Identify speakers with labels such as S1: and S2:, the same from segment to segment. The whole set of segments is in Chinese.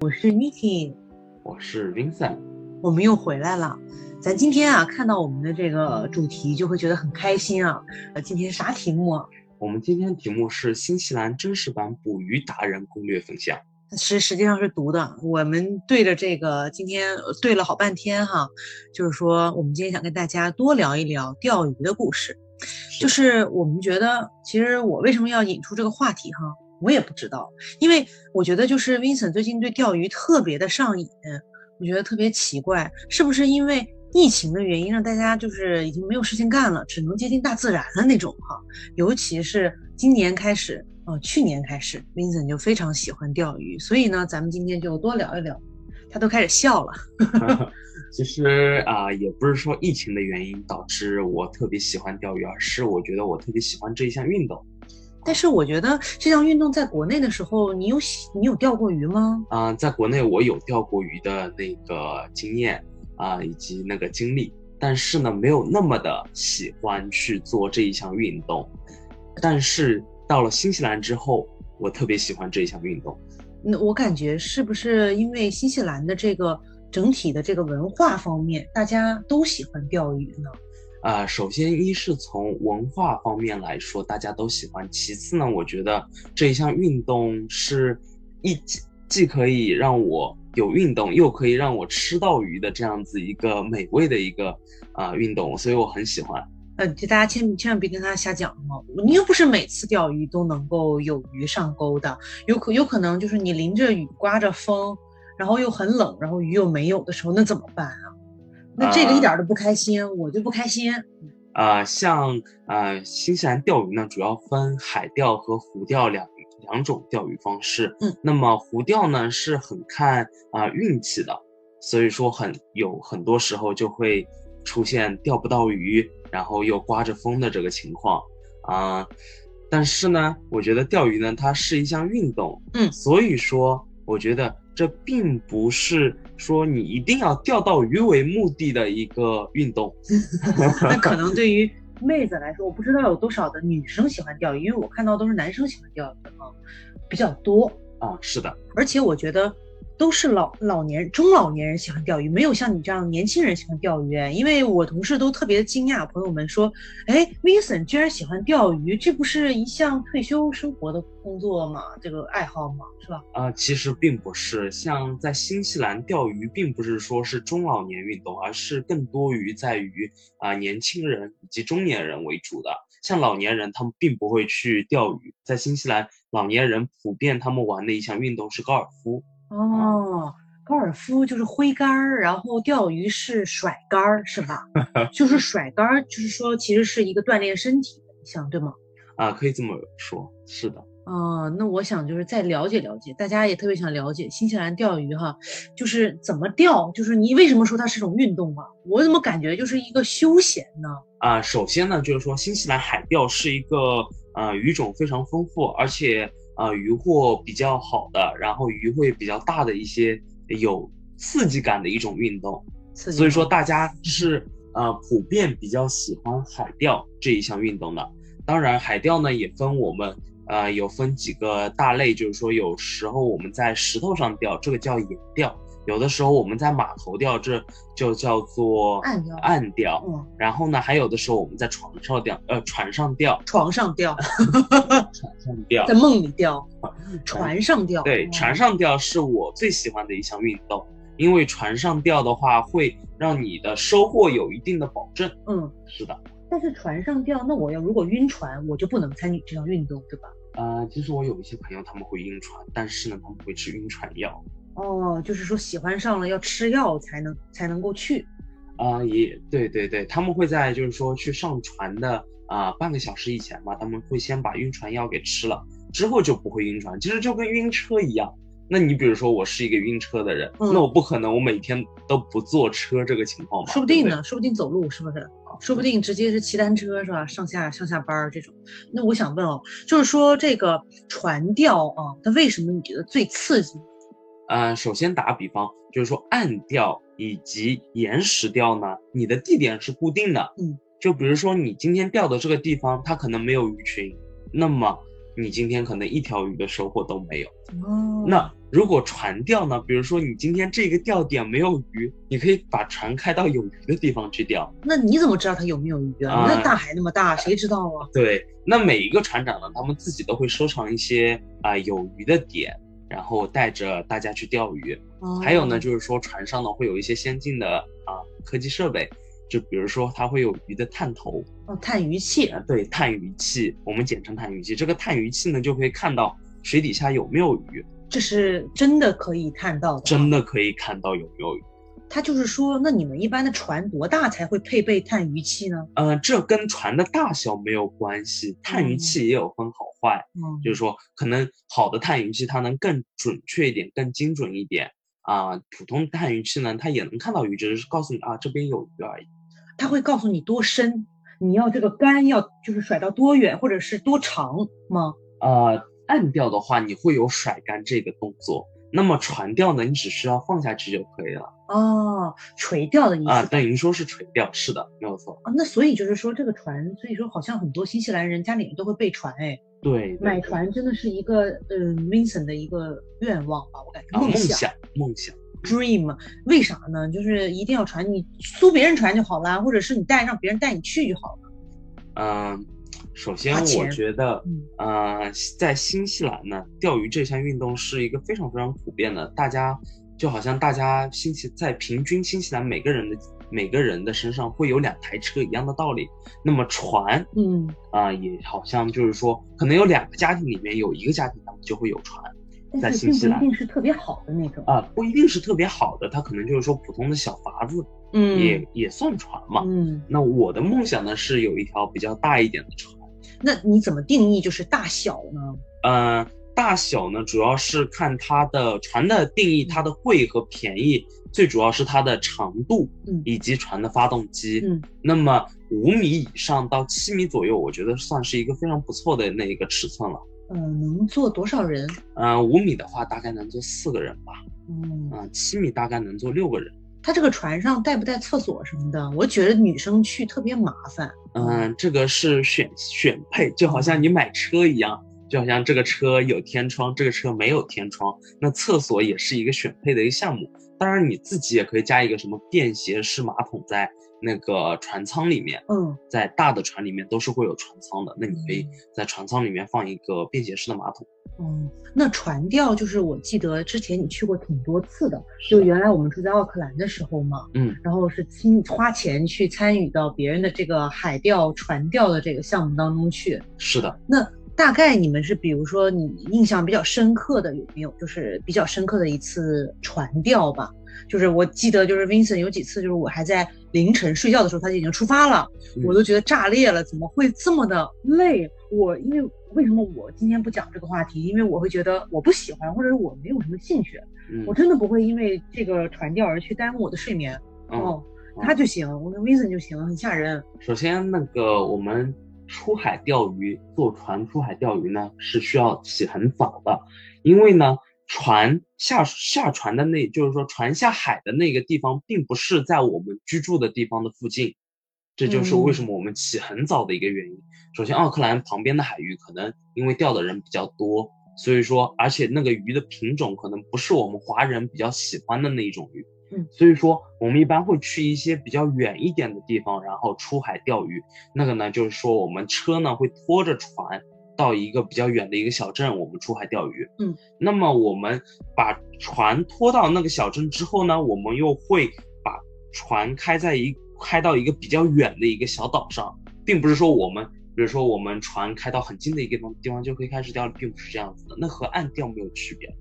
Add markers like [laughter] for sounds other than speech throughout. S1: 我是 Niki，
S2: 我是 Vincent。
S1: 我们又回来了。咱今天啊，看到我们的这个主题就会觉得很开心啊。呃，今天啥题目、啊？
S2: 我们今天题目是新西兰真实版捕鱼达人攻略分享。
S1: 实实际上是读的，我们对着这个今天呃对了好半天哈，就是说我们今天想跟大家多聊一聊钓鱼的故事，就是我们觉得其实我为什么要引出这个话题哈，我也不知道，因为我觉得就是 Vincent 最近对钓鱼特别的上瘾，我觉得特别奇怪，是不是因为疫情的原因让大家就是已经没有事情干了，只能接近大自然的那种哈，尤其是今年开始。哦，去年开始，Vincent 就非常喜欢钓鱼，所以呢，咱们今天就多聊一聊。他都开始笑了。
S2: 其实啊、呃，也不是说疫情的原因导致我特别喜欢钓鱼，而是我觉得我特别喜欢这一项运动。
S1: 但是我觉得这项运动在国内的时候，你有你有钓过鱼吗？
S2: 啊、呃，在国内我有钓过鱼的那个经验啊、呃，以及那个经历，但是呢，没有那么的喜欢去做这一项运动，但是。到了新西兰之后，我特别喜欢这一项运动。
S1: 那我感觉是不是因为新西兰的这个整体的这个文化方面，大家都喜欢钓鱼呢？
S2: 啊、呃，首先一是从文化方面来说，大家都喜欢。其次呢，我觉得这一项运动是一既可以让我有运动，又可以让我吃到鱼的这样子一个美味的一个啊、呃、运动，所以我很喜欢。
S1: 呃，就大家千千万别跟他瞎讲哦，你又不是每次钓鱼都能够有鱼上钩的，有可有可能就是你淋着雨、刮着风，然后又很冷，然后鱼又没有的时候，那怎么办啊？那这个一点都不开心，呃、我就不开心。 [laughs]
S2: 呃，像呃新西兰钓鱼呢，主要分海钓和湖钓两两种钓鱼方式。
S1: 嗯，
S2: 那么湖钓呢是很看啊、呃、运气的，所以说很有很多时候就会出现钓不到鱼。然后又刮着风的这个情况，啊、呃，但是呢，我觉得钓鱼呢，它是一项运动，
S1: 嗯，
S2: 所以说，我觉得这并不是说你一定要钓到鱼为目的的一个运动。
S1: 那可能对于妹子来说，我不知道有多少的女生喜欢钓鱼，因为我看到都是男生喜欢钓鱼啊，比较多
S2: 啊、嗯，是的，
S1: 而且我觉得。都是老老年中老年人喜欢钓鱼，没有像你这样年轻人喜欢钓鱼。因为我同事都特别惊讶，朋友们说：“哎，Vincent 居然喜欢钓鱼，这不是一项退休生活的工作吗？这个爱好吗？是吧？”
S2: 啊、呃，其实并不是，像在新西兰钓鱼，并不是说是中老年运动，而是更多于在于啊、呃、年轻人以及中年人为主的。像老年人，他们并不会去钓鱼。在新西兰，老年人普遍他们玩的一项运动是高尔夫。
S1: 哦，高尔夫就是挥杆儿，然后钓鱼是甩杆儿，是 [laughs] 吧？就是甩杆儿，就是说其实是一个锻炼身体的一项，对吗？
S2: 啊，可以这么说，是的。
S1: 啊、呃，那我想就是再了解了解，大家也特别想了解新西兰钓鱼哈，就是怎么钓，就是你为什么说它是种运动啊？我怎么感觉就是一个休闲呢？
S2: 啊、呃，首先呢，就是说新西兰海钓是一个呃鱼种非常丰富，而且。啊、呃，鱼获比较好的，然后鱼会比较大的一些有刺激感的一种运动，所以说大家是呃普遍比较喜欢海钓这一项运动的。当然，海钓呢也分我们呃有分几个大类，就是说有时候我们在石头上钓，这个叫岩钓；有的时候我们在码头钓，这就叫做
S1: 岸钓。
S2: 岸钓，
S1: 嗯。
S2: 然后呢，还有的时候我们在床上钓，呃，船上钓，
S1: 床上钓。
S2: 船上钓，
S1: 在梦里钓，船上钓。
S2: [laughs]
S1: 嗯
S2: 对，船上钓是我最喜欢的一项运动，因为船上钓的话，会让你的收获有一定的保证。
S1: 嗯，
S2: 是的。
S1: 但是船上钓，那我要如果晕船，我就不能参与这项运动，对吧？
S2: 呃，其实我有一些朋友他们会晕船，但是呢，他们会吃晕船药。
S1: 哦，就是说喜欢上了要吃药才能才能够去。
S2: 啊、呃，也对对对，他们会在就是说去上船的。啊、呃，半个小时以前吧，他们会先把晕船药给吃了，之后就不会晕船。其实就跟晕车一样。那你比如说，我是一个晕车的人，
S1: 嗯、
S2: 那我不可能我每天都不坐车这个情况吧？
S1: 说不定呢，
S2: 对不对
S1: 说不定走路是不是？说不定直接是骑单车是吧？上下上下班儿这种。那我想问哦，就是说这个船钓啊，它为什么你觉得最刺激？
S2: 呃，首先打个比方，就是说岸钓以及岩石钓呢，你的地点是固定的，
S1: 嗯。
S2: 就比如说，你今天钓的这个地方，它可能没有鱼群，那么你今天可能一条鱼的收获都没有。
S1: 哦，
S2: 那如果船钓呢？比如说你今天这个钓点没有鱼，你可以把船开到有鱼的地方去钓。
S1: 那你怎么知道它有没有鱼啊？
S2: 啊
S1: 那大海那么大，谁知道啊？
S2: 对，那每一个船长呢，他们自己都会收藏一些啊、有鱼的点，然后带着大家去钓鱼。
S1: 哦
S2: 还有呢，就是说船上呢会有一些先进的啊、科技设备，就比如说它会有鱼的探头，
S1: 哦，探鱼器
S2: 呃，对，探鱼器，我们简称探鱼器。这个探鱼器呢，就可以看到水底下有没有鱼，
S1: 这是真的可以探到的。
S2: 真，的可以看到有没有鱼。
S1: 他就是说，那你们一般的船多大才会配备探鱼器呢？
S2: 呃，这跟船的大小没有关系，探鱼器也有分好坏，
S1: 嗯，
S2: 就是说可能好的探鱼器它能更准确一点，更精准一点啊、普通探鱼器呢，它也能看到鱼，只是告诉你啊这边有鱼而已。
S1: 他会告诉你多深，你要这个竿要就是甩到多远，或者是多长吗？
S2: 呃，岸钓的话你会有甩竿这个动作，那么船钓呢，你只需要放下去就可以了
S1: 哦，垂钓的意思
S2: 啊、等于说是垂钓，是的，没有错。
S1: 啊那所以就是说，这个船，所以说好像很多新西兰人家里面都会备船，哎，
S2: 对，对
S1: 买
S2: 对
S1: 船真的是一个嗯、呃、，Vincent 的一个愿望吧，我感觉
S2: 啊，梦
S1: 想
S2: 想，梦想，
S1: dream，为啥呢？就是一定要船，你租别人船就好啦，或者是你带让别人带你去就好了。
S2: 嗯、首先
S1: 花
S2: 我
S1: 钱
S2: 觉得。
S1: 嗯，
S2: 呃，在新西兰呢，钓鱼这项运动是一个非常非常普遍的，大家就好像大家新西在平均新西兰每个人的每个人的身上会有两台车一样的道理。那么船
S1: 嗯，
S2: 啊、也好像就是说，可能有两个家庭里面有一个家庭他们就会有船在
S1: 但是
S2: 新
S1: 并
S2: 西
S1: 不一
S2: 兰
S1: 定是特别好的那种。
S2: 啊、不一定是特别好的，它可能就是说普通的小筏子
S1: 嗯
S2: 也、也算船嘛。
S1: 嗯，
S2: 那我的梦想呢是有一条比较大一点的船。
S1: 那你怎么定义就是大小呢？
S2: 呃，大小呢，主要是看它的船的定义，它的贵和便宜，最主要是它的长度，
S1: 嗯
S2: 以及船的发动机。
S1: 嗯，
S2: 那么五米以上到七米左右，我觉得算是一个非常不错的那个尺寸了。
S1: 呃，能坐多少人？
S2: 呃，五米的话大概能坐四个人吧，
S1: 嗯，
S2: 啊、七米大概能坐六个人。
S1: 他这个船上带不带厕所什么的？我觉得女生去特别麻烦。
S2: 嗯、这个是选选配，就好像你买车一样，就好像这个车有天窗，这个车没有天窗，那厕所也是一个选配的一个项目。当然，你自己也可以加一个什么便携式马桶在那个船舱里面，
S1: 嗯，
S2: 在大的船里面都是会有船舱的，那你可以在船舱里面放一个便携式的马桶。
S1: 嗯，那船钓就是我记得之前你去过挺多次的，
S2: 是
S1: 就
S2: 的
S1: 原来我们住在奥克兰的时候嘛，
S2: 嗯，
S1: 然后是亲花钱去参与到别人的这个海钓、船钓的这个项目当中去。
S2: 是的，
S1: 那大概你们是比如说你印象比较深刻的有没有？就是比较深刻的一次船钓吧。就是我记得，就是 Vincent 有几次，就是我还在凌晨睡觉的时候，他就已经出发了，
S2: 嗯
S1: 我都觉得炸裂了，怎么会这么的累？我因为为什么我今天不讲这个话题？因为我会觉得我不喜欢，或者是我没有什么兴趣，
S2: 嗯
S1: 我真的不会因为这个传调而去耽误我的睡眠。
S2: 嗯，
S1: 哦，他就行，我跟 Vincent 就行，很吓人。
S2: 首先那个我们出海钓鱼，坐船出海钓鱼呢是需要起很早的，因为呢船下下船的那，就是说船下海的那个地方，并不是在我们居住的地方的附近，这就是为什么我们起很早的一个原因。首先，奥克兰旁边的海域可能因为钓的人比较多，所以说，而且那个鱼的品种可能不是我们华人比较喜欢的那一种鱼，
S1: 嗯，
S2: 所以说我们一般会去一些比较远一点的地方，然后出海钓鱼。那个呢，就是说我们车呢会拖着船到一个比较远的一个小镇，我们出海钓鱼。
S1: 嗯，
S2: 那么我们把船拖到那个小镇之后呢，我们又会把船开在一开到一个比较远的一个小岛上，并不是说我们。比如说，我们船开到很近的一个地方地方就可以开始钓，并不是这样子的，那和岸钓没有区别。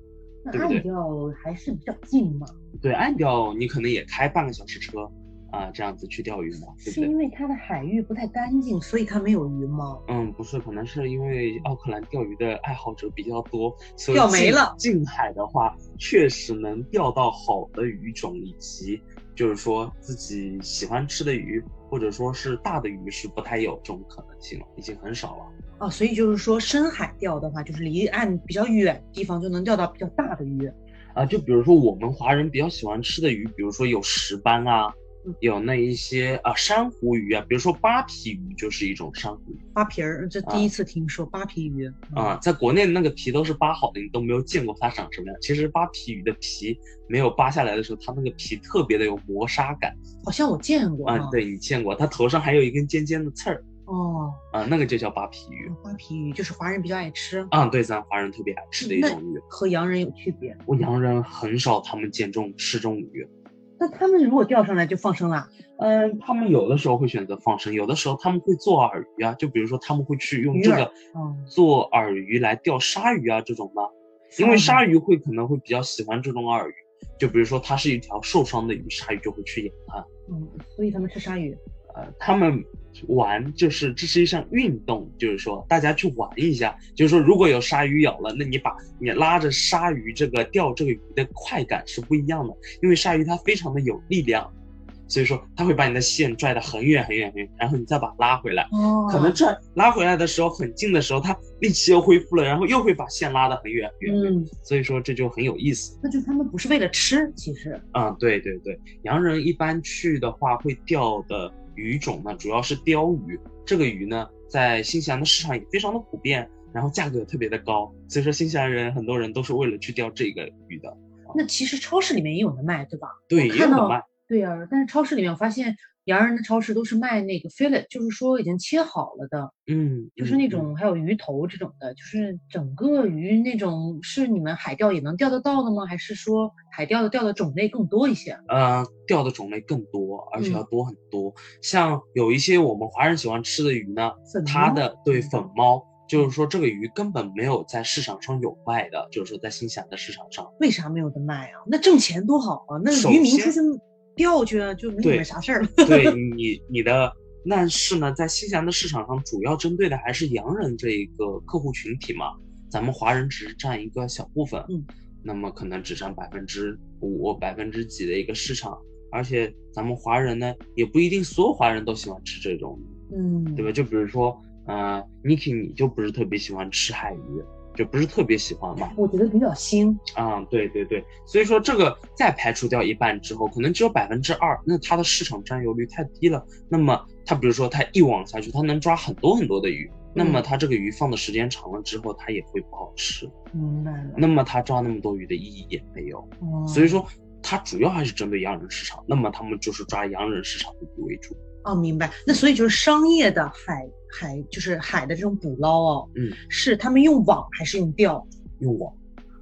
S1: 那
S2: 对不对
S1: 岸钓还是比较近嘛，
S2: 对，岸钓你可能也开半个小时车啊、这样子去钓鱼嘛，对不
S1: 是
S2: 对？
S1: 因为它的海域不太干净，所以它没有鱼吗？
S2: 嗯，不是，可能是因为奥克兰钓鱼的爱好者比较多，所以
S1: 钓没
S2: 近
S1: 了
S2: 近海的话，确实能钓到好的鱼种，以及就是说自己喜欢吃的鱼，或者说是大的鱼，是不太有这种可能性了，已经很少了。
S1: 啊，所以就是说深海钓的话，就是离岸比较远的地方就能钓到比较大的鱼。
S2: 啊，就比如说我们华人比较喜欢吃的鱼，比如说有石斑啊，
S1: 嗯
S2: 有那一些啊珊瑚鱼啊，比如说扒皮鱼就是一种珊瑚鱼
S1: 扒皮儿，这第一次听说扒皮鱼。嗯
S2: 啊、在国内那个皮都是扒好的，你都没有见过它长什么样。其实扒皮鱼的皮没有扒下来的时候，它那个皮特别的有磨砂感
S1: 好像我见过
S2: 啊。对你见过，它头上还有一根尖尖的刺儿
S1: 哦，
S2: 啊，那个就叫扒皮鱼
S1: 扒皮鱼就是华人比较爱吃，
S2: 啊。对，咱华人特别爱吃的一种鱼，
S1: 和洋人有区别。嗯
S2: 我洋人很少他们见这种吃这种鱼。
S1: 那他们如果钓上来就放生了，
S2: 嗯，他们有的时候会选择放生，有的时候他们会做饵鱼啊，就比如说他们会去用
S1: 鱼
S2: 这
S1: 饵
S2: 个
S1: 嗯，
S2: 做饵鱼来钓鲨鱼啊这种的，因
S1: 嗯
S2: 为鲨鱼会可能会比较喜欢这种饵鱼，就比如说它是一条受伤的鱼，鲨鱼就会去咬它。
S1: 嗯，所以他们吃鲨鱼。
S2: 呃，他们玩就是这是一项运动，就是说大家去玩一下，就是说如果有鲨鱼咬了，那你把你拉着鲨鱼这个钓这个鱼的快感是不一样的，因为鲨鱼它非常的有力量，所以说它会把你的线拽得很远很远很远，然后你再把它拉回来。
S1: 哦
S2: 可能拽拉回来的时候很近的时候，它力气又恢复了，然后又会把线拉得很远很远，很远
S1: 嗯，
S2: 所以说这就很有意思。
S1: 那就是他们不是为了吃，其实
S2: 啊、对对对，洋人一般去的话会钓的鱼种呢，主要是鲷鱼。这个鱼呢，在新西兰的市场也非常的普遍，然后价格也特别的高，所以说新西兰人很多人都是为了去钓这个鱼的。
S1: 那其实超市里面也有的卖，对吧？
S2: 对，
S1: 我
S2: 也
S1: 看
S2: 有
S1: 到
S2: 的卖。
S1: 对呀、但是超市里面我发现洋人的超市都是卖那个 fillet，就是说已经切好了的，
S2: 嗯，
S1: 就是
S2: 嗯
S1: 那
S2: 嗯
S1: 种还有鱼头这种的，就是整个鱼那种是你们海钓也能钓得到的吗？还是说海钓的钓的种类更多一些？
S2: 呃，钓的种类更多，而且
S1: 嗯
S2: 要多很多。像有一些我们华人喜欢吃的鱼呢，
S1: 粉嗯
S2: 它
S1: 吗
S2: 的对粉猫，就是说这个鱼根本没有在市场上有卖的，就是说在新西兰的市场上。
S1: 为啥没有的卖啊？那挣钱多好啊！那
S2: 首
S1: 渔民
S2: 先
S1: 出去钓去啊，就没你
S2: 对
S1: 们啥事儿 [laughs] 了。
S2: 对你你的，但是呢，在新西兰的市场上，主要针对的还是洋人这一个客户群体嘛，咱们华人只是占一个小部分，
S1: 嗯，
S2: 那么可能只占百分之五、百分之几的一个市场，而且咱们华人呢，也不一定所有华人都喜欢吃这种鱼。
S1: 嗯，
S2: 对吧？就比如说，呃，Niki 你就不是特别喜欢吃海鱼，就不是特别喜欢嘛。
S1: 我觉得比较腥。
S2: 啊、对对对，所以说这个再排除掉一半之后，可能只有百分之二，那它的市场占有率太低了。那么它比如说它一网下去，它能抓很多很多的鱼，那么
S1: 嗯
S2: 它这个鱼放的时间长了之后，它也会不好吃。
S1: 明白了。
S2: 那么它抓那么多鱼的意义也没有。
S1: 哦
S2: 嗯所以说它主要还是针对洋人市场，那么他们就是抓洋人市场的鱼为主。
S1: 哦，明白。那所以就是商业的海海，就是海的这种捕捞哦，
S2: 嗯，
S1: 是他们用网还是用钓？
S2: 用网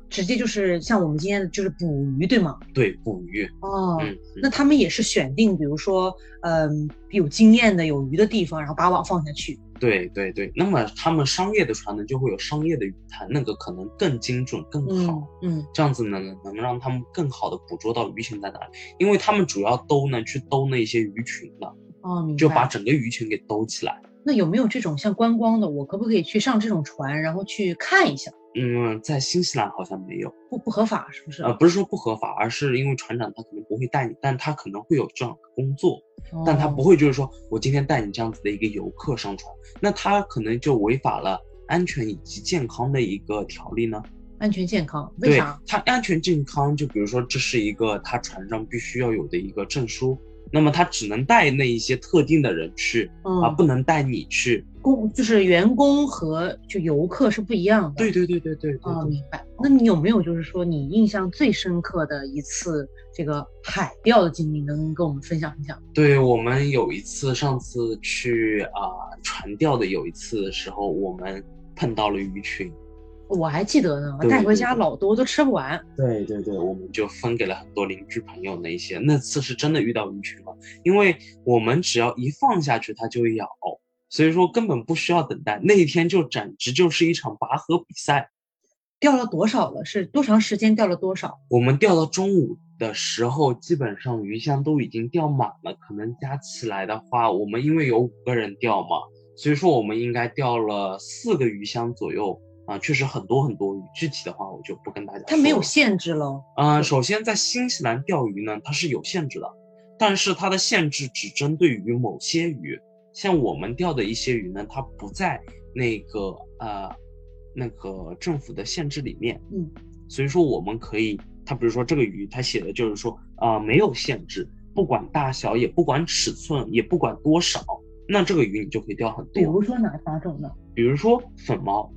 S1: 直接就是像我们今天就是捕鱼，对吗？
S2: 对捕鱼，
S1: 哦，
S2: 嗯，
S1: 那他们也是选定，比如说，嗯、有经验的有鱼的地方，然后把网放下去。
S2: 对对对，那么他们商业的船呢，就会有商业的鱼潭，那个可能更精准、更好，
S1: 嗯嗯，
S2: 这样子呢能让他们更好的捕捉到鱼群在哪里，因为他们主要兜呢去兜那些鱼群的，
S1: 哦，明白。
S2: 就把整个鱼群给兜起来。
S1: 那有没有这种像观光的，我可不可以去上这种船，然后去看一下？
S2: 嗯，在新西兰好像没有，
S1: 不不合法是不是？啊
S2: 呃，不是说不合法，而是因为船长他可能不会带你，但他可能会有这样的工作，但他不
S1: 哦
S2: 会就是说我今天带你这样子的一个游客上船，那他可能就违反了安全以及健康的一个条例呢。
S1: 安全健康，为
S2: 对
S1: 啥？
S2: 它安全健康，就比如说这是一个它船上必须要有的一个证书，那么它只能带那一些特定的人去、啊，
S1: 嗯，
S2: 不能带你去。
S1: 工就是员工和就游客是不一样的。
S2: 对对对对对对
S1: 啊，
S2: 对
S1: 明白。那你有没有就是说你印象最深刻的一次这个海钓的经历，能跟我们分享分享？
S2: 对我们有一次上次去啊、船钓的有一次的时候，我们碰到了鱼群，
S1: 我还记得呢，
S2: 对
S1: 带回
S2: 对
S1: 家
S2: 对
S1: 老多都吃不完。
S2: 对对对，我们就分给了很多邻居朋友那一些。那次是真的遇到鱼群了，因为我们只要一放下去，它就会咬，所以说根本不需要等待。那一天就简直就是一场拔河比赛。
S1: 钓了多少了？是多长时间钓了多少？
S2: 我们钓到中午的时候，基本上鱼箱都已经钓满了，可能加起来的话，我们因为有五个人钓嘛，所以说我们应该钓了四个鱼箱左右。啊，确实很多很多鱼，具体的话我就不跟大家说了。
S1: 它没有限制喽。
S2: 呃，首先在新西兰钓鱼呢，它是有限制的，但是它的限制只针对于某些鱼，像我们钓的一些鱼呢，它不在那个呃那个政府的限制里面，
S1: 嗯，
S2: 所以说我们可以，它比如说这个鱼，它写的就是说啊、呃没有限制，不管大小，也不管尺寸，也不管多少，那这个鱼你就可以钓很
S1: 比
S2: 多。
S1: 如说哪哪种呢？
S2: 比如说粉猫，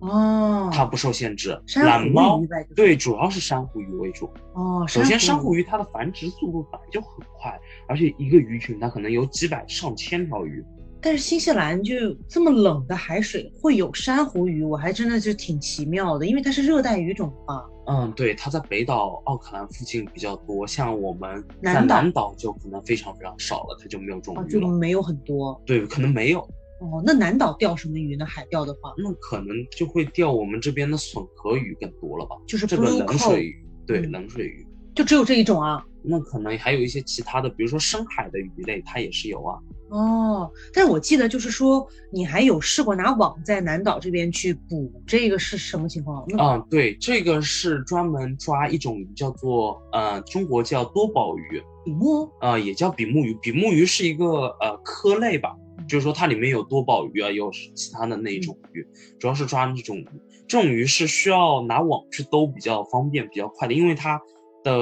S1: 哦，
S2: 它不受限制，
S1: 珊瑚
S2: 蓝
S1: 类
S2: 猫
S1: 鱼呗，就是
S2: 对，主要是珊瑚鱼为主。
S1: 哦，
S2: 首先，珊瑚
S1: 鱼
S2: 鱼它的繁殖速度本来就很快，而且一个鱼群它可能有几百上千条鱼。
S1: 但是新西兰就这么冷的海水会有珊瑚鱼，我还真的就挺奇妙的，因为它是热带鱼种嘛。
S2: 嗯，对，它在北岛奥克兰附近比较多，像我们
S1: 南岛
S2: 在南岛就可能非常非常少了，它就没有这
S1: 哦
S2: 种，鱼
S1: 就
S2: 了。
S1: 没有很多
S2: 对，可能没有，
S1: 哦。那南岛钓什么鱼呢？海钓的话，
S2: 那可能就会钓我们这边的笋壳鱼更多了吧？
S1: 就是
S2: 这个
S1: blue
S2: 冷水
S1: cod，
S2: 鱼，对，
S1: 嗯
S2: 冷水鱼。
S1: 就只有这一种啊。
S2: 那可能还有一些其他的，比如说深海的鱼类，它也是有啊。
S1: 哦，但是我记得就是说，你还有试过拿网在南岛这边去捕，这个是什么情况？那
S2: 啊、对，这个是专门抓一种鱼，叫做呃，中国叫多宝鱼，
S1: 比目
S2: 啊，也叫比目鱼。比目鱼是一个呃科类吧，就是说它里面有多宝鱼啊，有其他的那一种鱼，主要是抓那种鱼。这种鱼是需要拿网去兜比较方便、比较快的，因为它的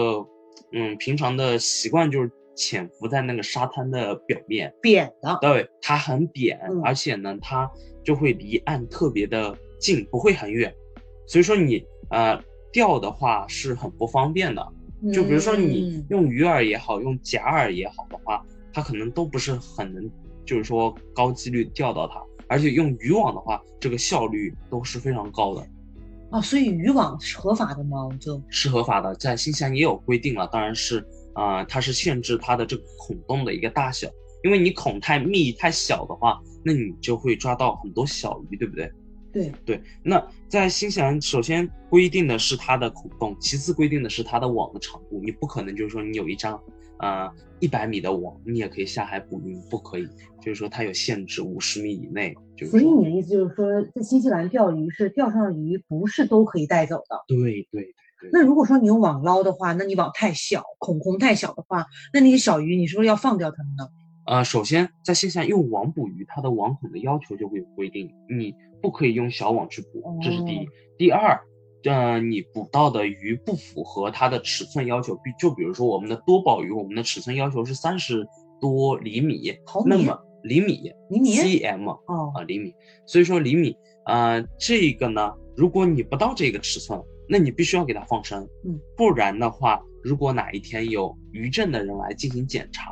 S2: 嗯平常的习惯就是潜伏在那个沙滩的表面，
S1: 扁的，
S2: 对，它很扁，
S1: 嗯
S2: 而且呢，它就会离岸特别的近，不会很远，所以说你呃钓的话是很不方便的。就比如说你
S1: 嗯
S2: 用鱼饵也好，用假饵也好的话，它可能都不是很能，就是说高几率钓到它。而且用渔网的话，这个效率都是非常高的，
S1: 哦，所以渔网是合法的吗？我就是
S2: 合法的，在新西兰也有规定了，当然是啊、呃它是限制它的这个孔洞的一个大小，因为你孔太密太小的话，那你就会抓到很多小鱼，对不对？
S1: 对，
S2: 对，那在新西兰，首先规定的是它的孔洞，其次规定的是它的网的长度。你不可能就是说你有一张，呃，一百米的网，你也可以下海捕鱼，不可以，就是说它有限制，五十米以内，就是
S1: 所以
S2: 说
S1: 你的意思就是说，在新西兰钓鱼是钓上的鱼不是都可以带走的。
S2: 对对，
S1: 那如果说你用网捞的话，那你网太小，孔孔太小的话，那那些小鱼你是不是要放掉它们呢？
S2: 呃，首先在新西兰用网捕鱼，它的网孔的要求就会有规定，你不可以用小网去捕，这是第一。
S1: 哦
S2: 第二，呃，你捕到的鱼不符合它的尺寸要求，比就比如说我们的多宝鱼，我们的尺寸要求是三十多厘米，
S1: 毫
S2: 那
S1: 米
S2: 么厘米
S1: 厘米
S2: cm 啊、
S1: 哦，
S2: 厘米，所以说厘米呃这个呢，如果你不到这个尺寸，那你必须要给它放生，
S1: 嗯，
S2: 不然的话，如果哪一天有渔政的人来进行检查，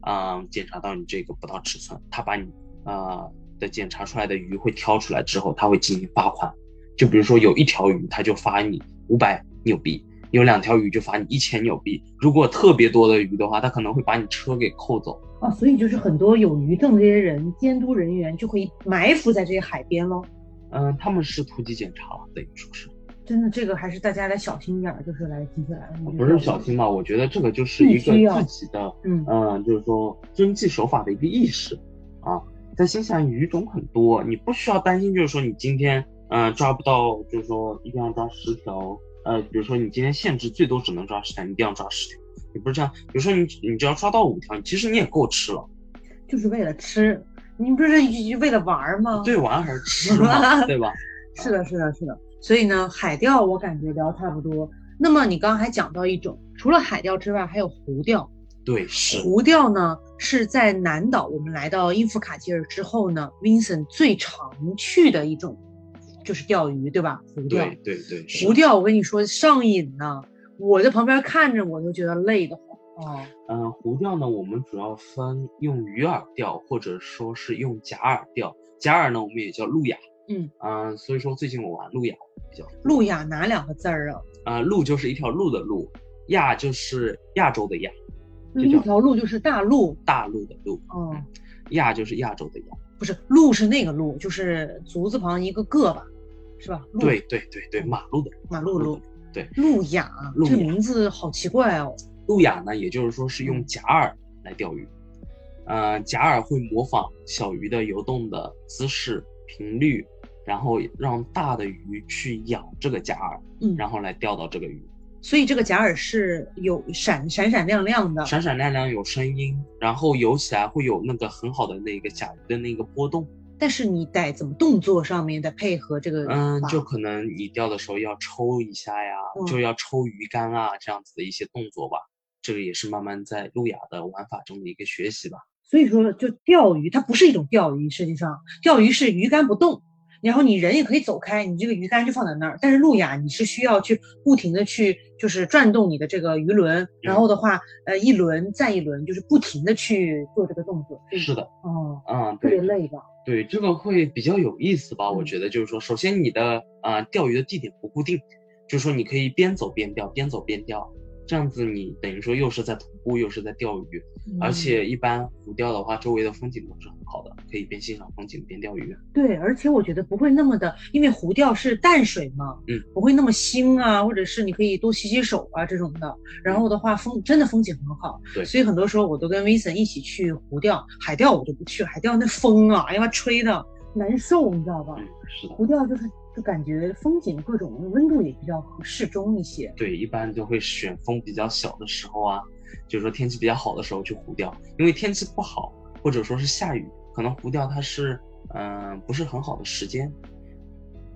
S2: 啊、检查到你这个不到尺寸，他把你呃的检查出来的鱼会挑出来之后，他会进行罚款，就比如说有一条鱼，他就罚你五百纽币。有两条鱼就罚你一千纽币，如果特别多的鱼的话，他可能会把你车给扣走。
S1: 哦，所以就是很多有渔政这些人，监督人员就会埋伏在这些海边喽。
S2: 嗯，他们是突击检查了，等于说是，
S1: 真的，这个还是大家来小心一点儿，就是来新西兰。
S2: 不是小心吧？我觉得这个就是
S1: 必
S2: 一个
S1: 须要
S2: 自己的，
S1: 嗯，
S2: 嗯，就是说遵纪守法的一个意识啊。在新西兰鱼种很多，你不需要担心，就是说你今天，嗯、抓不到，就是说一定要抓十条，呃，比如说你今天限制最多只能抓十条，你一定要抓十条。你不是这样，比如说你你只要抓到五条，其实你也够吃了，
S1: 就是为了吃，你不是一为了玩儿吗？
S2: 对，玩还是吃
S1: [laughs]
S2: 嘛，对吧？
S1: 是的，是的，是的。所以呢，海钓我感觉聊差不多。那么你刚刚还讲到一种，除了海钓之外，还有湖钓。
S2: 对，是，
S1: 湖钓呢是在南岛，我们来到英夫卡基尔之后呢，Vincent 最常去的一种就是钓鱼，对吧？湖钓
S2: 对。对对，是
S1: 湖钓，我跟你说上瘾呢，我在旁边看着我都觉得累得慌。哦，
S2: 嗯，湖钓呢，我们主要分用鱼饵钓，或者说是用假饵钓。假饵呢，我们也叫路亚。
S1: 嗯
S2: 嗯、所以说最近我玩路亚比较。
S1: 路亚哪两个字儿啊？
S2: 呃，路就是一条路的路，亚就是亚洲的亚，就
S1: 一
S2: 叫嗯
S1: 条路就是大路，
S2: 大陆的路，
S1: 哦，
S2: 亚就是亚洲的亚。
S1: 不是路是那个路，就是足字旁一个个吧，是吧？路
S2: 对，对对对，马路的路
S1: 马路路，
S2: 对，
S1: 路亚，
S2: 路
S1: 这
S2: 亚
S1: 名字好奇怪哦。
S2: 路亚呢，也就是说是
S1: 嗯
S2: 用假饵来钓鱼。呃，假饵会模仿小鱼的游动的姿势、频率，然后让大的鱼去咬这个假饵，
S1: 嗯，
S2: 然后来钓到这个鱼。
S1: 所以这个假饵是有闪闪闪亮亮的，
S2: 闪闪亮亮有声音，然后游起来会有那个很好的那个甲鱼的那个波动，
S1: 但是你得怎么动作上面得配合这个法，
S2: 嗯，就可能你钓的时候要抽一下呀，
S1: 嗯
S2: 就要抽鱼竿啊这样子的一些动作吧，这个也是慢慢在路亚的玩法中的一个学习吧。
S1: 所以说，就钓鱼，它不是一种钓鱼。实际上，钓鱼是鱼竿不动，然后你人也可以走开，你这个鱼竿就放在那儿。但是路亚，你是需要去不停的去，就是转动你的这个鱼轮，然后的话，呃，一轮再一轮，就是不停的去做这个动作。对
S2: 是的，
S1: 哦，
S2: 嗯，
S1: 特别
S2: 对
S1: 累吧？
S2: 对，这个会比较有意思吧？我
S1: 嗯
S2: 觉得就是说，首先你的呃钓鱼的地点不固定，就是说你可以边走边钓，边走边钓，这样子你等于说又是在徒步，又是在钓鱼，
S1: 嗯
S2: 而且一般湖钓的话，周围的风景都是很好的，可以边欣赏风景边钓鱼。
S1: 对，而且我觉得不会那么的，因为湖钓是淡水嘛，
S2: 嗯，
S1: 不会那么腥啊，或者是你可以多洗洗手啊这种的。然后的话，风真的风景很好，
S2: 对
S1: 所以很多时候我都跟 Vincent 一起去湖钓，海钓我就不去，海钓那风啊，哎呀妈吹的难受，你知道吧？
S2: 嗯，是的，
S1: 湖钓就是就感觉风景各种温度也比较适中一些，
S2: 对，一般就会选风比较小的时候啊，就是说天气比较好的时候去湖钓，因为天气不好或者说是下雨，可能湖钓它是嗯、呃不是很好的时间，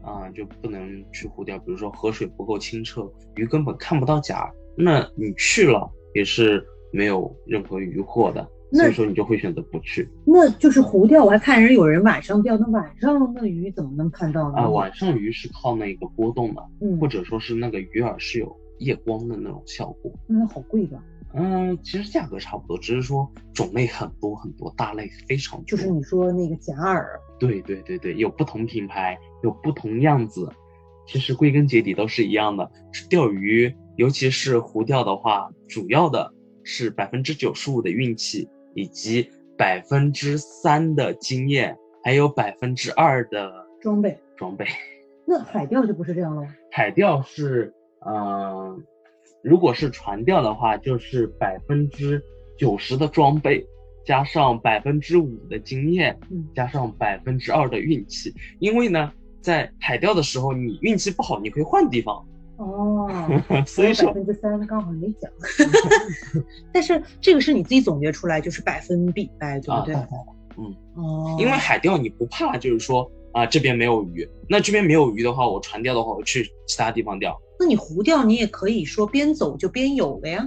S2: 啊、就不能去湖钓。比如说河水不够清澈，鱼根本看不到甲，那你去了也是没有任何渔获的，所
S1: 那
S2: 以说你就会选择不去。
S1: 那就是湖钓。我还看人有人晚上钓，那晚上那鱼怎么能看到呢？
S2: 啊、晚上鱼是靠那个波动的，
S1: 嗯
S2: 或，者说是那个鱼饵是有夜光的那种效果。
S1: 那好贵吧？
S2: 嗯，其实价格差不多，只是说种类很多很多，大类非常多。
S1: 就是你说那个假饵，
S2: 对对对对，有不同品牌，有不同样子，其实归根结底都是一样的。钓鱼，尤其是湖钓的话，主要的是百分之九十五的运气，以及百分之三的经验，还有百分之二的
S1: 装备。
S2: 装备。
S1: 那海钓就不是这样了，
S2: 海钓是，呃，如果是船钓的话，就是百分之九十的装备，加上百分之五的经验
S1: 嗯，
S2: 加上百分之二的运气。因为呢，在海钓的时候，你运气不好，你可以换地方，
S1: 哦，
S2: 所以
S1: 百
S2: 说，
S1: 分之三刚好没讲， [laughs] 但是这个是你自己总结出来，就是百分比呗，对不对？
S2: 啊嗯，
S1: 哦，
S2: 因为海钓你不怕，就是说啊、这边没有鱼，那这边没有鱼的话，我船钓的话，我去其他地方钓。
S1: 那你湖钓你也可以说边走就边有了呀，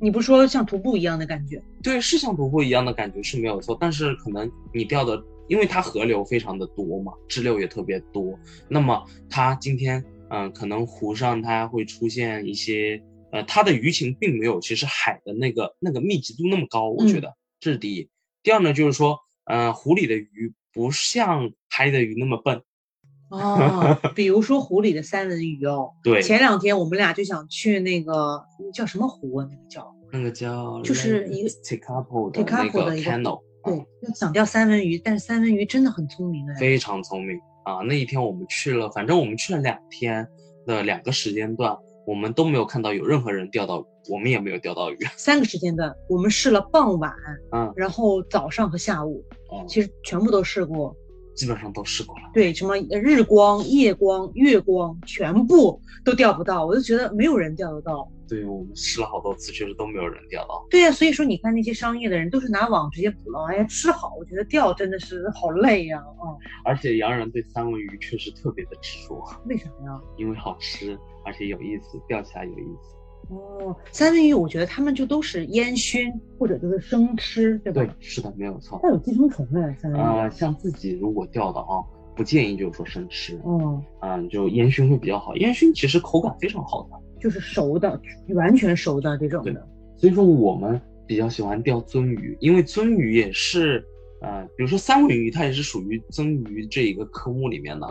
S1: 你不说像徒步一样的感觉？
S2: 对，是像徒步一样的感觉是没有错，但是可能你钓的，因为它河流非常的多嘛，支流也特别多，那么它今天，嗯、可能湖上它会出现一些，呃，它的鱼情并没有其实海的那个那个密集度那么高，我觉
S1: 嗯
S2: 得、这是第一。第二呢，就是说，呃，湖里的鱼不像海里的鱼那么笨，
S1: [laughs]
S2: [laughs]
S1: 哦，比如说湖里的三文鱼哦，
S2: 对，
S1: 前两天我们俩就想去那个叫什么湖啊？那个叫
S2: 那个叫
S1: 就是一个
S2: t i k a p o 的那
S1: Tekapo
S2: 个
S1: 的一个
S2: cano，啊
S1: 对，要想钓三文鱼，但是三文鱼真的很聪明哎，
S2: 非常聪明啊！那一天我们去了，反正我们去了两天的两个时间段，我们都没有看到有任何人钓到鱼，我们也没有钓到鱼。 [laughs]
S1: 三个时间段我们试了傍晚，
S2: 嗯，
S1: 然后早上和下午，
S2: 哦，
S1: 其实全部都试过，
S2: 基本上都试过了。
S1: 对，什么呃日光、夜光、月光，全部都钓不到，我就觉得没有人钓得到。
S2: 对我们试了好多次，确实都没有人钓到。
S1: 对呀、所以说你看那些商业的人都是拿网直接捕捞，哎呀吃好，我觉得钓真的是好累呀、啊，
S2: 而且洋人对三文鱼确实特别的执着，
S1: 为啥呀？
S2: 因为好吃，而且有意思，钓起来有意思。
S1: 哦，三文鱼我觉得他们就都是烟熏或者就是生吃，对吧？
S2: 对，是的，没有错。
S1: 它有寄生虫哎，三文鱼。
S2: 呃，像自己如果钓的啊，不建议就是说生吃，
S1: 哦，
S2: 嗯、就烟熏会比较好。烟熏其实口感非常好的。
S1: 就是熟的，完全熟的这种的。
S2: 所以说我们比较喜欢钓鳟鱼，因为鳟鱼也是，呃，比如说三文鱼，它也是属于鳟鱼这一个科目里面的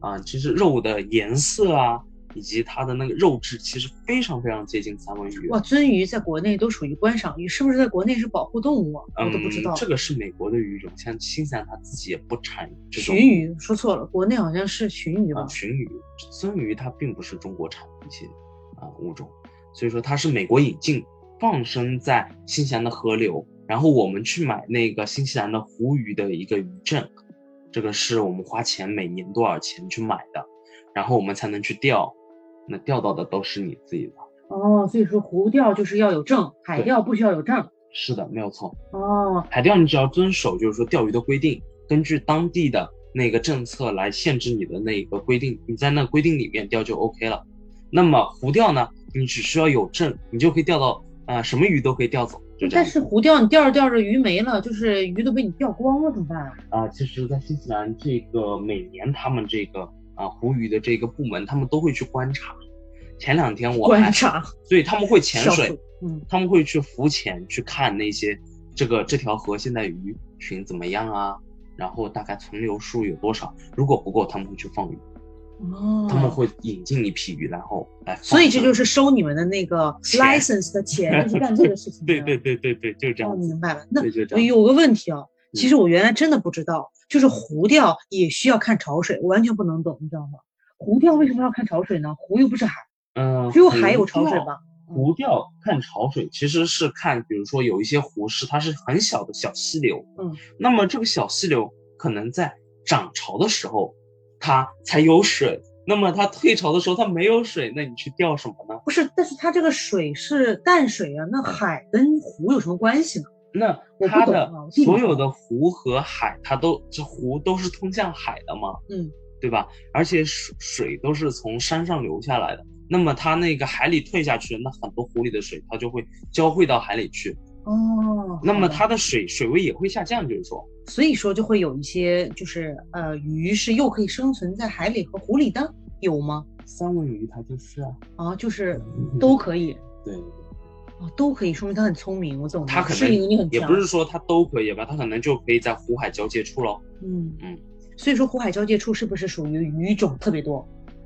S2: 啊、
S1: 嗯，
S2: 其实肉的颜色啊，以及它的那个肉质，其实非常非常接近三文鱼。
S1: 哇，鳟鱼在国内都属于观赏鱼，是不是在国内是保护动物啊？我都
S2: 嗯
S1: 不知道。，
S2: 这个是美国的鱼种，像新西兰它自己也不产这种
S1: 鲟鱼说错了，国内好像是鲟鱼吧
S2: 啊，？鲟鱼、鳟鱼它并不是中国产的一些啊、物种，所以说它是美国引进，放生在新西兰的河流，然后我们去买那个新西兰的湖鱼的一个鱼证，这个是我们花钱每年多少钱去买的，然后我们才能去钓，那钓到的都是你自己的。
S1: 哦，所以说湖钓就是要有证，海
S2: 对
S1: 钓不需要有证。
S2: 是的，没有错。
S1: 哦，
S2: 海钓你只要遵守就是说钓鱼的规定，根据当地的那个政策来限制你的那个规定，你在那规定里面钓就 OK 了。那么湖钓呢，你只需要有证，你就可以钓到呃，什么鱼都可以钓走，就这
S1: 但。
S2: 样
S1: 是湖钓你钓着钓着鱼没了，就是鱼都被你钓光了，怎么办啊？
S2: 啊、其实，在新西兰这个每年他们这个啊、湖鱼的这个部门，他们都会去观察。前两天我还
S1: 观察
S2: 所以他们会潜
S1: 小
S2: 水
S1: 河，嗯，
S2: 他们会去浮潜去看那些这个这条河现在鱼群怎么样啊，然后大概存留数有多少，如果不够他们会去放鱼，
S1: 哦，
S2: 他们会引进一批鱼，然后来放。
S1: 所以这就是是收你们的那个
S2: 钱
S1: license 的钱，就是干这个事情的。
S2: [laughs] 对对对对对，就是这
S1: 哦，
S2: 样子。
S1: 明白了。那
S2: 对，就是这
S1: 我
S2: 样嗯子。
S1: 有个问题啊，其实我原来真的不知道，就是湖钓也需要看潮水，我完全不能懂，你知道吗？湖钓为什么要看潮水呢？湖又不是海，
S2: 嗯，
S1: 只有海有潮
S2: 湖
S1: 水
S2: 钓
S1: 吧？嗯
S2: 湖钓看潮水，其实是看，比如说有一些湖是它是很小的小溪流，
S1: 嗯，
S2: 那么这个小溪流可能在涨潮的时候它才有水，那么它退潮的时候它没有水，那你去钓什么呢？
S1: 不是，但是它这个水是淡水啊，
S2: 嗯
S1: 那海跟湖有什么关系呢？
S2: 那
S1: 我不
S2: 它
S1: 懂
S2: 的
S1: 啊我并不
S2: 所有
S1: 懂
S2: 的湖和海，它都这湖都是通向海的嘛，
S1: 嗯，
S2: 对吧？而且水水都是从山上流下来的，那么它那个海里退下去，那很多湖里的水它就会交汇到海里去，
S1: 哦，
S2: 那
S1: 好
S2: 么
S1: 的
S2: 它的水水位也会下降，就是说，
S1: 所以说就会有一些就是呃鱼是又可以生存在海里和湖里的，有吗？
S2: 三文鱼它就是啊，
S1: 啊，就是都可以。
S2: 对，
S1: 哦，都可以，说明他很聪明。我总
S2: 它可
S1: 适应力很
S2: 能也
S1: 强。
S2: 不是说它都可以吧，它可能就可以在湖海交界处咯。
S1: 嗯
S2: 嗯，
S1: 所以说湖海交界处是不是属于鱼种特别多，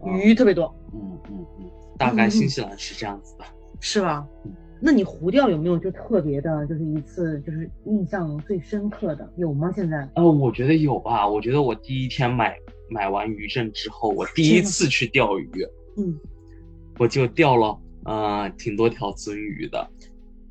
S2: 啊
S1: 鱼特别多，
S2: 嗯嗯嗯，大概新西兰是这样子的。
S1: 是吧
S2: 嗯？
S1: 那你湖钓有没有就特别的，就是一次就是印象最深刻的有吗？现在
S2: 呃，我觉得有吧，我觉得我第一天买买完鱼证之后，我第一
S1: 天呐
S2: 次去钓鱼，
S1: [laughs] 嗯，
S2: 我就钓了。呃，挺多条鳟鱼的，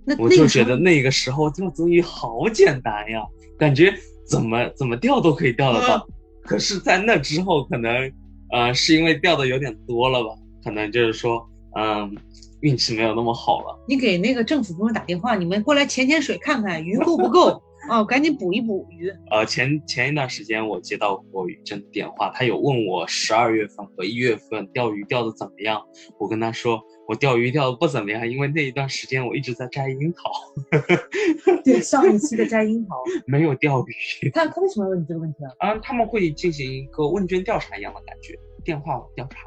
S1: 那
S2: 我
S1: 那
S2: 就
S1: 个时
S2: 觉
S1: 候
S2: 得那个时候钓鳟鱼好简单呀，感觉怎么怎么钓都可以钓得到。
S1: 嗯
S2: 可是，在那之后，可能呃是因为钓的有点多了吧，可能就是说，嗯、运气没有那么好了。
S1: 你给那个政府部门打电话，你们过来潜潜水看看鱼够不够哦，赶紧捕一捕鱼。
S2: 呃，前前一段时间我接到过雨珍的电话，他有问我十二月份和一月份钓鱼钓的怎么样，我跟他说我钓鱼钓的不怎么样，因为那一段时间我一直在摘樱桃，
S1: [laughs]
S2: [laughs]
S1: 对，上一期的摘樱桃，
S2: 没有钓鱼。
S1: 他他为什么要问你这个问题啊？
S2: 啊，他们会进行一个问卷调查一样的感觉，电话调查，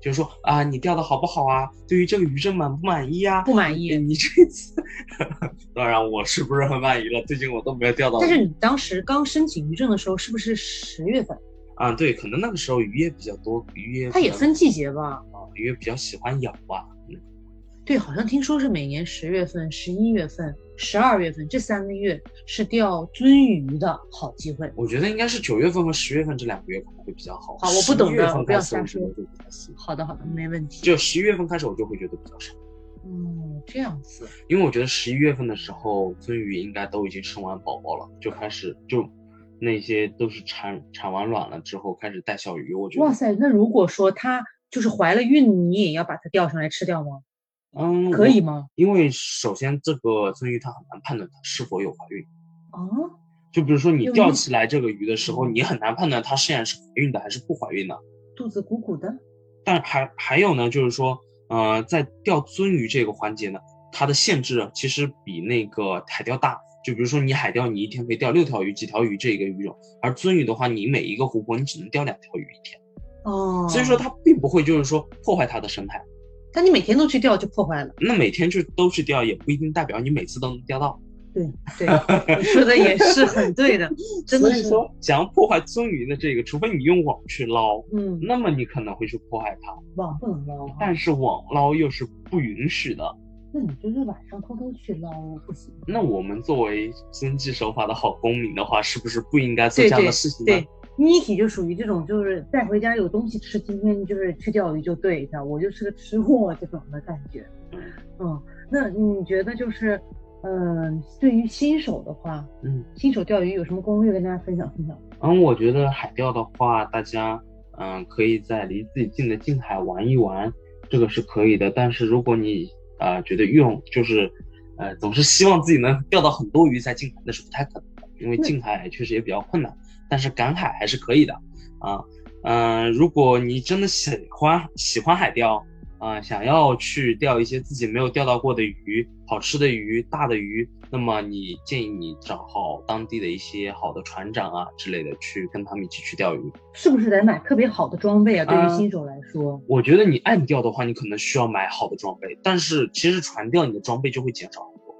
S2: 就是说啊，你钓的好不好啊？对于这个鱼证满不满意啊？
S1: 不满
S2: 你
S1: 意。
S2: 你这次， [laughs] 当然我是不是很满意了？最近我都没有钓到鱼。
S1: 但是你当时刚申请渔证的时候，是不是十月份？
S2: 啊，对，可能那个时候鱼也比较多，鱼也
S1: 它也
S2: 比较
S1: 分季节吧？
S2: 啊，鱼也比较喜欢咬吧。嗯
S1: 对，好像听说是每年十月份、十一月份、十二月份这三个月是钓鳟鱼的好机会。
S2: 我觉得应该是九月份和十月份这两个月可能会比较好。
S1: 好我不懂的
S2: 11月份
S1: 我不要
S2: 开始
S1: 瞎
S2: 我觉
S1: 说
S2: 得就比较行
S1: 好的，好的，没问题。
S2: 就十一月份开始我就会觉得比较少，
S1: 嗯，这样子。
S2: 因为我觉得十一月份的时候鳟鱼应该都已经生完宝宝了，就开始就那些都是产产完卵了之后开始带小鱼，我觉得
S1: 哇塞，那如果说它就是怀了孕，你也要把它钓上来吃掉吗？
S2: 嗯
S1: 可以
S2: 我
S1: 吗？
S2: 因为首先这个鳟鱼它很难判断它是否有怀孕。
S1: 啊，
S2: 就比如说你
S1: 有嗯
S2: 钓
S1: 吗
S2: 起来这个鱼的时候，你很难判断它现在是怀孕的还是不怀孕的。
S1: 肚子鼓鼓的。
S2: 但还还有呢，就是说，呃，在钓鳟鱼这个环节呢，它的限制啊其实比那个海钓大。就比如说你海钓，你一天可以钓六条鱼、几条鱼这一个鱼种，而鳟鱼的话，你每一个湖泊你只能钓两条鱼一天，
S1: 哦，
S2: 所以说，它并不会就是说破坏它的生态。
S1: 但你每天都去钓就破坏了。
S2: 那每天去都去钓，也不一定代表你每次都能钓到。
S1: 对 [laughs] 对，你说的也是很对 [laughs] 的，真的
S2: 所以
S1: 是。
S2: 说，想要破坏鳟鱼的这个，除非你用网去捞，
S1: 嗯，
S2: 那么你可能会去破坏它。
S1: 网不能捞啊，
S2: 但是网捞又是不允许的。
S1: 那你就是晚上偷偷去捞不行吗？
S2: 那我们作为遵纪守法的好公民的话，是不是不应该做
S1: 对
S2: 这样的
S1: 对
S2: 事情呢？
S1: 对，Niki 就属于这种，就是带回家有东西吃，今天就是去钓鱼就对的，我就是个吃货这种的感觉。
S2: 嗯
S1: 嗯，那你觉得就是，嗯、对于新手的话，
S2: 嗯
S1: 新手钓鱼有什么攻略跟大家分享分享？
S2: 嗯，我觉得海钓的话，大家嗯、可以在离自己近的近海玩一玩，这个是可以的。但是如果你呃觉得用就是呃总是希望自己能钓到很多鱼在近海，那是不太可能的，因为
S1: 那
S2: 近海确实也比较困难。但是赶海呃还是可以的啊。嗯、如果你真的喜欢喜欢海钓，呃想要去钓一些自己没有钓到过的鱼、好吃的鱼、大的鱼，那么你建议你找好当地的一些好的船长啊之类的，去跟他们一起去钓鱼。
S1: 是不是得买特别好的装备啊？对
S2: 啊
S1: 于新手来说，
S2: 我觉得你岸钓的话，你可能需要买好的装备，但是其实船钓你的装备就会减少很多。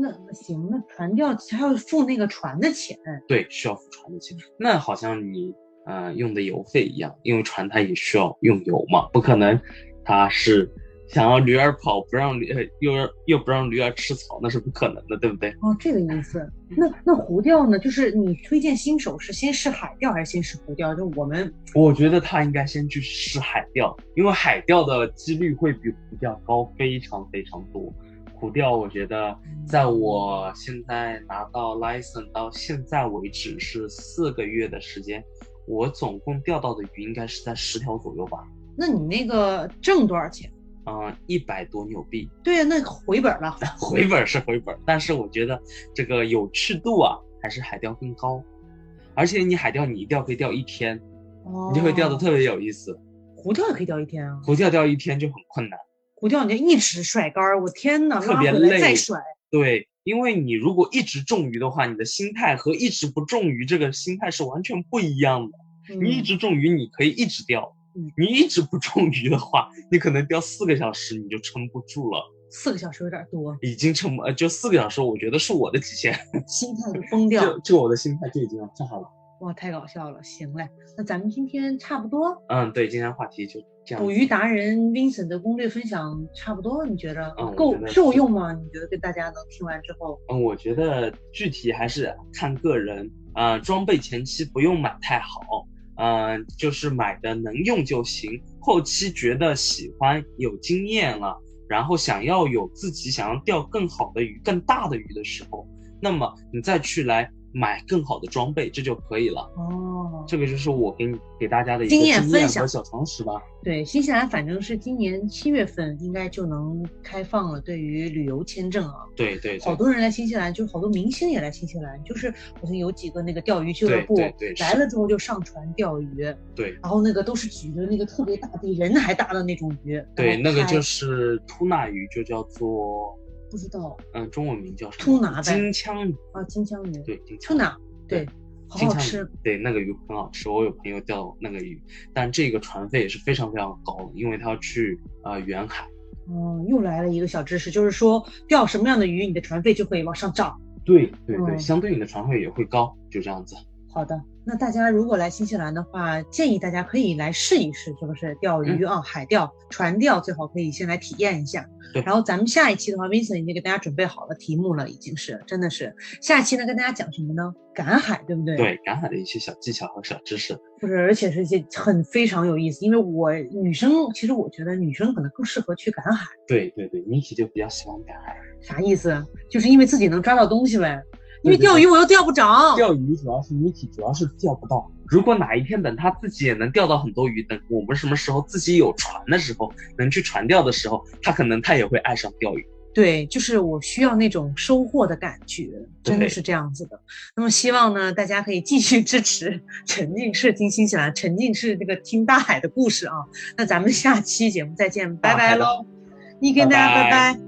S1: 那那行，那船钓还要付那个船的钱，
S2: 对，需要付船的钱。那好像你呃用的油费一样，因为船它也需要用油嘛，不可能它是想要驴儿跑，不让驴呃又让又不让驴儿吃草，那是不可能的，对不对？
S1: 哦，这个意思。
S2: 嗯
S1: 那那湖钓呢？就是你推荐新手是先试海钓还是先试湖钓？就我们
S2: 我觉得他应该先去试海钓，因为海钓的几率会比湖钓高非常非常多。湖钓，我觉得在我现在拿到 license 到现在为止是四个月的时间，我总共钓到的鱼应该是在十条左右吧，
S1: 那你那个挣多少钱？
S2: 嗯、1一百多纽币，
S1: 对呀、那回本了。
S2: 回本是回本，但是我觉得这个有趣度啊，还是海钓更高。而且你海钓，你一钓可以钓一天，
S1: 哦，
S2: [laughs] 你就会钓得特别有意思。
S1: 湖钓也可以钓一天啊。
S2: 湖钓钓一天就很困难。
S1: 湖钓你就一直甩竿儿，我天呐，
S2: 特
S1: 拉
S2: 别
S1: 回来
S2: 累
S1: 再甩。
S2: 对，因为你如果一直中鱼的话，你的心态和一直不中鱼这个心态是完全不一样的。你
S1: 嗯
S2: 一直中鱼，你可以一直钓
S1: 嗯；
S2: 你一直不中鱼的话，你可能钓四个小时你就撑不住了，
S1: 四个小时有点
S2: [laughs]
S1: 多，
S2: 已经撑不呃，就四个小时，我觉得是我的极限，
S1: 心态就崩掉。
S2: 就就我的心态就已经要炸了。
S1: 哇，太搞笑了。行嘞，那咱们今天差不多，
S2: 嗯，对，今天话题就这样。
S1: 捕鱼达人 Vincent 的攻略分享差不多，你觉得
S2: 嗯我
S1: 够、
S2: 觉得
S1: 受
S2: 是
S1: 用吗？你觉得跟大家能听完之后，
S2: 嗯，我觉得具体还是看个人，呃，装备前期不用买太好，呃，就是买的能用就行。后期觉得喜欢、有经验了，然后想要有自己想要钓更好的鱼、更大的鱼的时候，那么你再去来买更好的装备，这就可以了。
S1: 哦，
S2: 这个就是我给你给大家的一个
S1: 经验分享
S2: 和小常识吧。
S1: 对，新西兰反正是今年七月份应该就能开放了，对于旅游签证啊，
S2: 对对
S1: 好
S2: 对，
S1: 多人来新西兰，就是好多明星也来新西兰，就是好像有几个那个钓鱼俱乐
S2: 对
S1: 部
S2: 对对，
S1: 来
S2: 是
S1: 了之后就上船钓鱼，然
S2: 对
S1: 后那个都是举着那个特别大比人还大的那种鱼，然
S2: 对，
S1: 后
S2: 那个
S1: 拍
S2: 就是秃纳鱼，就叫做
S1: 不知道
S2: 嗯、中文名叫什么？
S1: 秃拿呗
S2: 金枪鱼。
S1: 啊，金枪鱼，
S2: 对，金
S1: 出
S2: 枪
S1: 哪？对
S2: 对，
S1: 好
S2: 金
S1: 好
S2: 枪鱼
S1: 吃，
S2: 对，那个鱼很好吃，我有朋友钓那个鱼，但这个船费也是非常非常高的，因为他要去呃远海。
S1: 嗯，又来了一个小知识，就是说钓什么样的鱼，你的船费就会往上涨。
S2: 对对对，
S1: 嗯
S2: 相对应的船费也会高，就这样子。
S1: 好的，那大家如果来新西兰的话，建议大家可以来试一试，是不是钓鱼
S2: 嗯
S1: 啊、海钓、船钓，最好可以先来体验一下。
S2: 对
S1: 然后咱们下一期的话，Vincent 已经给大家准备好了题目了，已经是真的是下一期呢，跟大家讲什么呢？赶海，对不对？，
S2: 对，赶海的一些小技巧和小知识。
S1: 就是而且是一些很非常有意思，因为我女生其实我觉得女生可能更适合去赶海，
S2: 对对对，Niki 就比较喜欢赶海，
S1: 啥意思？就是因为自己能抓到东西呗，因
S2: 对
S1: 为
S2: 对对
S1: 钓鱼我又钓不着。
S2: 钓鱼主要是 Niki 主要是钓不到。如果哪一天等他自己也能钓到很多鱼，等我们什么时候自己有船的时候，能去船钓的时候，他可能他也会爱上钓鱼。
S1: 对，就是我需要那种收获的感觉，真的
S2: 对
S1: 是这样子的。那么希望呢，大家可以继续支持 [laughs] 沉浸式听新西兰，沉浸式这个听大海的故事啊。那咱们下期节目再见，拜
S2: 大海
S1: 拜
S2: 的
S1: 喽！你跟大家拜
S2: 拜拜
S1: 拜